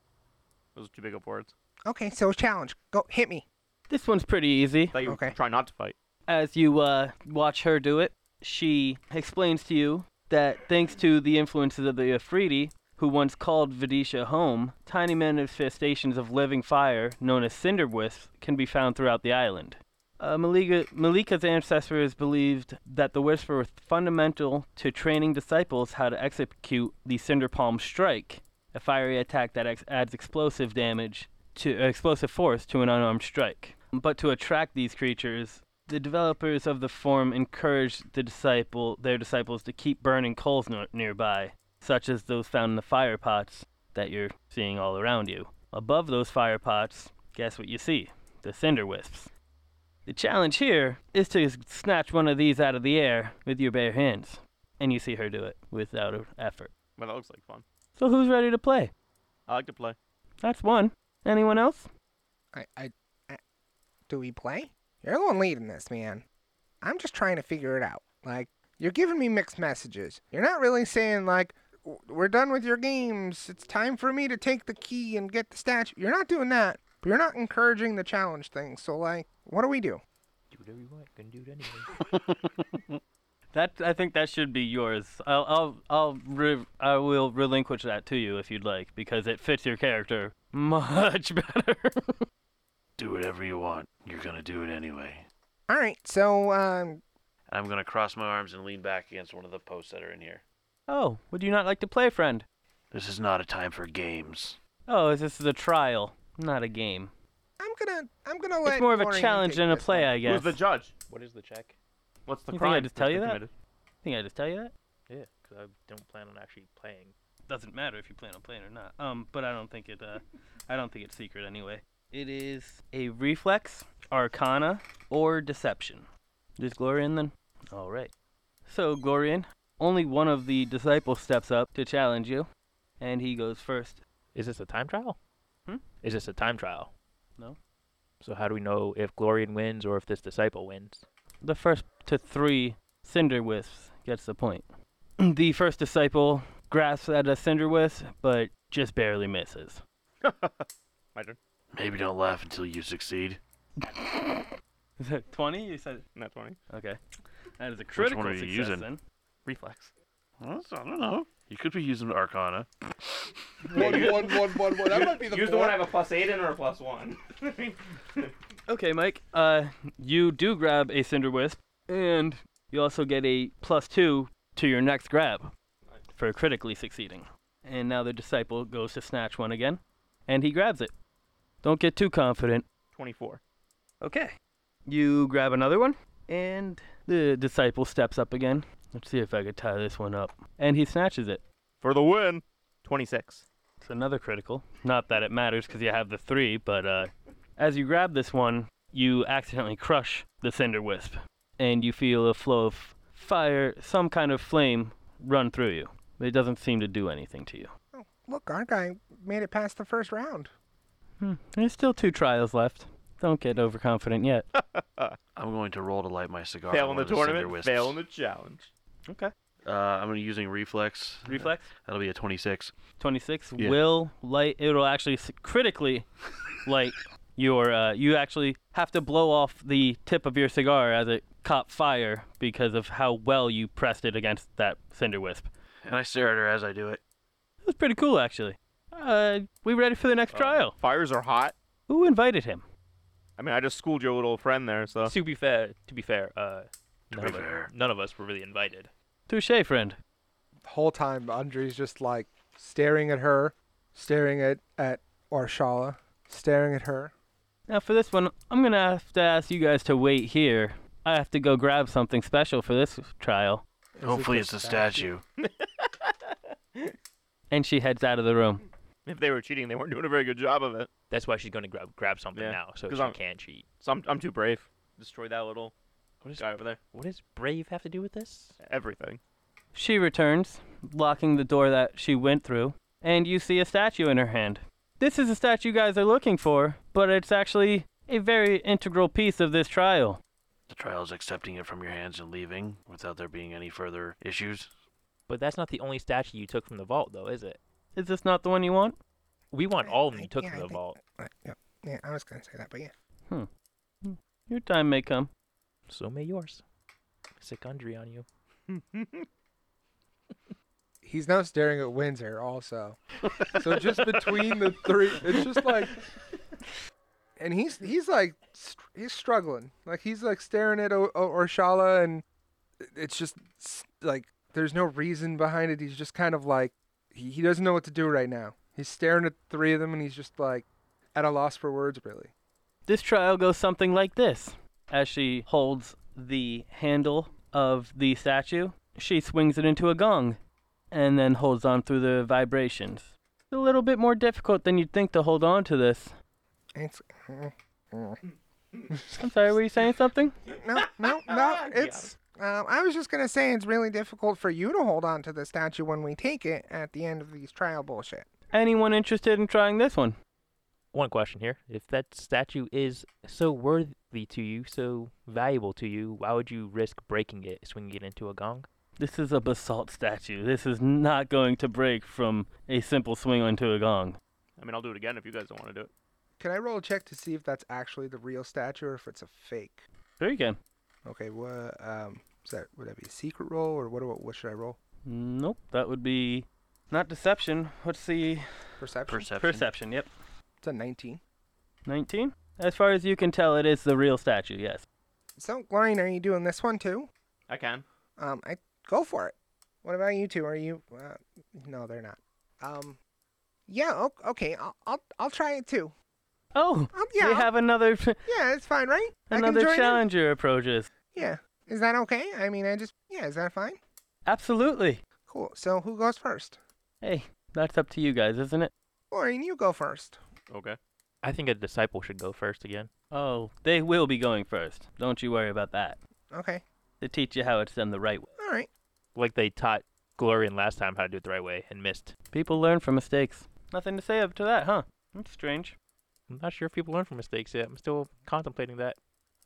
Those are too big of words.
okay, so challenge. Go hit me.
This one's pretty easy.
Thought you
Okay.
try not to fight.
As you uh, watch her do it, she explains to you that thanks to the influences of the Afridi, who once called Vidisha home, tiny manifestations of living fire, known as cinder wisps, can be found throughout the island. Uh, Malika, Malika's ancestors believed that the wisps were fundamental to training disciples how to execute the cinder palm strike, a fiery attack that ex- adds explosive damage to uh, explosive force to an unarmed strike. But to attract these creatures, the developers of the form encouraged the disciple their disciples to keep burning coals no- nearby, such as those found in the fire pots that you're seeing all around you. Above those fire pots, guess what you see? The cinder wisps. The challenge here is to snatch one of these out of the air with your bare hands. And you see her do it without a effort.
Well, that looks like fun.
So who's ready to play?
I like to play.
That's one. Anyone else?
I, I, I, do we play? You're the one leading this, man. I'm just trying to figure it out. Like, you're giving me mixed messages. You're not really saying, like, "W- we're done with your games. It's time for me to take the key and get the statue. You're not doing that. But you're not encouraging the challenge thing. So, like, what do we do?
Do whatever you want. Gonna do it anyway.
That I think that should be yours. I'll I'll I'll re- I will relinquish that to you if you'd like because it fits your character much better.
Do whatever you want. You're gonna do it anyway.
All right. So, um,
And I'm gonna cross my arms and lean back against one of the posts that are in here.
oh, would you not like to play, friend?
This is not a time for games.
Oh, this is a trial, not a game.
I'm gonna, I'm gonna let.
It's more of a
Maureen
challenge
take
than a
this
play,
one.
I guess.
Who's the judge?
what is the check?
What's the
You think I
crime?
just tell
that's
you
been
that?
committed?
think I just tell you that.
Yeah, 'cause I don't plan on actually playing.
doesn't matter if you plan on playing or not. Um, but I don't think it. Uh, I don't think it's secret anyway. It is a reflex, arcana, or deception. Is Glorian then? All right. So Glorian, only one of the disciples steps up to challenge you, and he goes first.
Is this a time trial?
Hmm?
Is this a time trial?
No.
So how do we know if Glorian wins or if this disciple wins?
The first to three cinder wisps gets the point. the first disciple grasps at a cinder wisp, but just barely misses.
Maybe don't laugh until you succeed.
Is that twenty? You said
Isn't that funny?
okay. That is a
one
critical
are you
success
using?
then.
Reflex.
Well, that's- I don't know. You could be using Arcana.
One, one, one, one, one. That might be the fourth.
Use the one I have a plus eight in or a plus one.
Okay, Mike. Uh, you do grab a cinder wisp, and you also get a plus two to your next grab for critically succeeding. And now the disciple goes to snatch one again, and he grabs it. Don't get too confident.
Twenty-four.
Okay. You grab another one, and the disciple steps up again. Let's see if I could tie this one up. And he snatches it.
For the win. Twenty-six.
It's another critical. Not that it matters because you have the three, but uh, as you grab this one, you accidentally crush the cinder wisp, and you feel a flow of fire, some kind of flame, run through you. But it doesn't seem to do anything to you.
Oh, look, our guy made it past the first round.
Hmm. There's still two trials left. Don't get overconfident yet.
I'm going to roll Oh, to light my cigar. on
Fail in
one
the
of the cinder
tournament.
wisps.
Fail in the challenge.
okay.
Uh, I'm going to using reflex.
Reflex.
That'll be a 26.
26
Yeah.
will light. It'll actually s- critically light your. Uh, you actually have to blow off the tip of your cigar as it caught fire because of how well you pressed it against that cinder wisp.
And I stare at her as I do it.
It was pretty cool, actually. Uh, we ready for the
Uh-huh.
next trial?
Fires are hot.
Who invited him?
I mean, I just schooled your little friend there, so.
Uh-huh.
to be fair, to be fair, uh, none,
be
of us-
fair.
none of us were really invited.
Touche, friend.
The whole time, Andre's just like staring at her, staring at at Orshala, staring at her.
Now for this one, I'm gonna have to ask you guys to wait here. I have to go grab something special for this trial.
Is it
Hopefully it's a statue.
And she heads out of the room.
If they were cheating, they weren't doing a very good job of it.
That's why she's gonna grab grab something
Yeah,
now, so
'cause
she
I'm-
can't cheat.
So I'm, I'm too brave. Destroy that little
What is
guy over there.
what does brave have to do with this?
Everything.
She returns, locking the door that she went through, and you see a statue in her hand. This is a statue you guys are looking for, but it's actually a very integral piece of this trial.
The trial is accepting it from your hands and leaving without there being any further issues.
But that's not the only statue you took from the vault, though, is it?
Is this not the one you want?
We want all of them you took
yeah,
from
I
the
think-
vault.
uh, yeah, yeah, I was gonna say that, but yeah.
Your time may come.
So may yours. Secondary on you.
He's now staring at Windsor also. so just between the three, it's just like, and he's he's like str- he's struggling. Like he's like staring at o- o- Orshala, and it's just s- like there's no reason behind it. He's just kind of like he, he doesn't know what to do right now. He's staring at the three of them, and he's just like at a loss for words, really.
This trial goes something like this. As she holds the handle of the statue, she swings it into a gong and then holds on through the vibrations. It's a
mm.
little bit more difficult than you'd think to hold on to this.
It's
I'm sorry, were you saying something?
No, no, no. It's. Um, I was just gonna say it's really difficult for you to hold on to the statue when we take it at the end of these trial bullshit.
Anyone interested in trying this one?
One question here: If that statue is so worthy to you, so valuable to you, why would you risk breaking it, swinging it into a gong?
This is a basalt statue. This is not going to break from a simple swing onto a gong.
I mean, I'll do it again if you guys don't want to do it.
Can I roll a check to see if that's actually the real statue or if it's a fake?
There you go.
Okay, what um is that would that be a secret roll or what what, what should I roll?
Nope, that would be not deception. What's the
Perception.
Perception.
perception? Yep.
it's a 19.
19? As far as you can tell, it is the real statue, yes.
So, Glorin, are you doing this one too?
I can.
Um, I go for it. What about you two? Are you? Uh, no, they're not. Um, yeah. o- Okay. I'll I'll, I'll try it too.
Oh,
Um,
we
yeah. I'll-
have another
yeah. It's fine, right? I can
another
join in?
challenger approaches.
Yeah. Is that okay? I mean, I just. Yeah. Is that fine?
Absolutely.
Cool. So who goes first?
Hey, that's up to you guys, isn't it?
Glorin, you go first.
Okay.
I think a disciple should go first again.
Oh, they will be going first. Don't you worry about that.
Okay.
They teach you how it's done the right way.
All right.
Like they taught Glorian last time how to do it the right way and missed.
People learn from mistakes. Nothing to say up to that, huh? That's strange.
I'm not sure if people learn from mistakes yet. I'm still contemplating that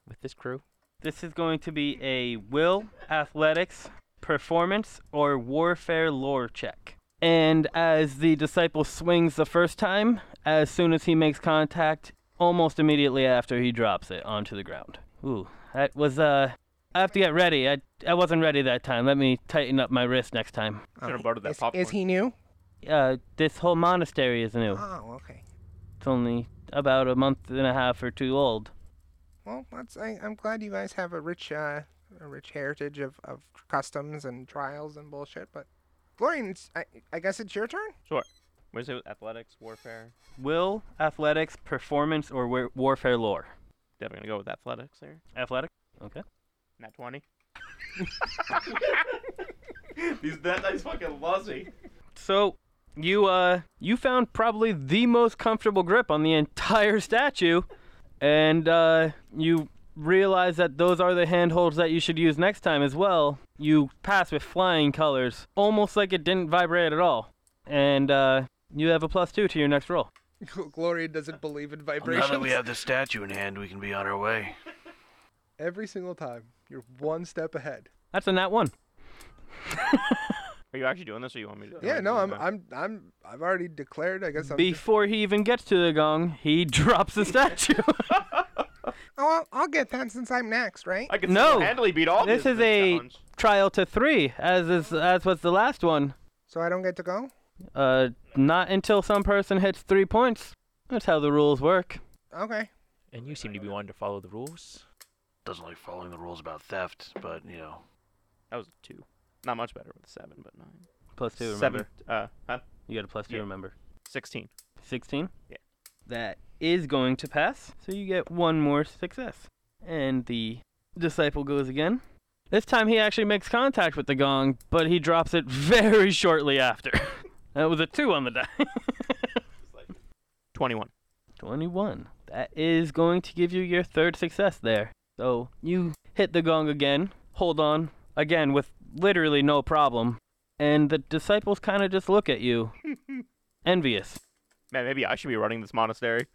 with this crew.
This is going to be a will, athletics, performance, or warfare lore check. And as the disciple swings the first time, as soon as he makes contact, almost immediately after he drops it onto the ground. Ooh, that was, uh, I have to get ready. I, I wasn't ready that time. Let me tighten up my wrist next time.
Um,
Should've borrowed that
is, is
popcorn.
he new?
Uh, this whole monastery is new.
Oh, okay.
It's only about a month and a half or two old.
Well, that's, I, I'm glad you guys have a rich, uh, a rich heritage of, of customs and trials and bullshit. But, Glorian, it's- I, I guess it's your turn.
What is it? Athletics, warfare.
Will, athletics, performance, or war- warfare lore?
Definitely gonna go with athletics there.
Athletic? Okay.
Not twenty.
These that dice fucking lousy.
So you uh you found probably the most comfortable grip on the entire statue, and uh, you realize that those are the handholds that you should use next time as well. You pass with flying colors, almost like it didn't vibrate at all, and uh, you have a plus two to your next roll.
Gloria doesn't believe in
Now
vibrations.
that we have the statue in hand, we can be on our way.
Every single time, you're one step ahead.
That's a nat one.
Are you actually doing this, or you want
Oh,
me to?
Yeah,
okay,
no, I'm,
okay.
I'm, I'm, I've already declared. I guess I'm. just-
Before he even gets to the gong, he drops the statue.
Oh, I'll, I'll get that since I'm next, right?
I can
No.
still handily beat all
this
these
is
in
a
challenge.
trial to three, as is as was the last one.
So I don't get to go.
Uh, not until some person hits three points. That's how the rules work.
Okay.
And you seem to be wanting to follow the rules.
Doesn't like following the rules about theft, but you know,
That was a two. Not much better with a seven, but nine.
Plus two, remember?
seven. Uh, huh?
You got a plus two,
Yeah.
remember?
Sixteen.
16?
Yeah.
That is going to pass, so you get one more success. And the disciple goes again. This time he actually makes contact with the gong, but he drops it very shortly after. that was a two on the die.
Twenty-one.
21. That is going to give you your third success there. So you hit the gong again, hold on, again with literally no problem, and the disciples kind of just look at you, envious.
Man, maybe I should be running this monastery.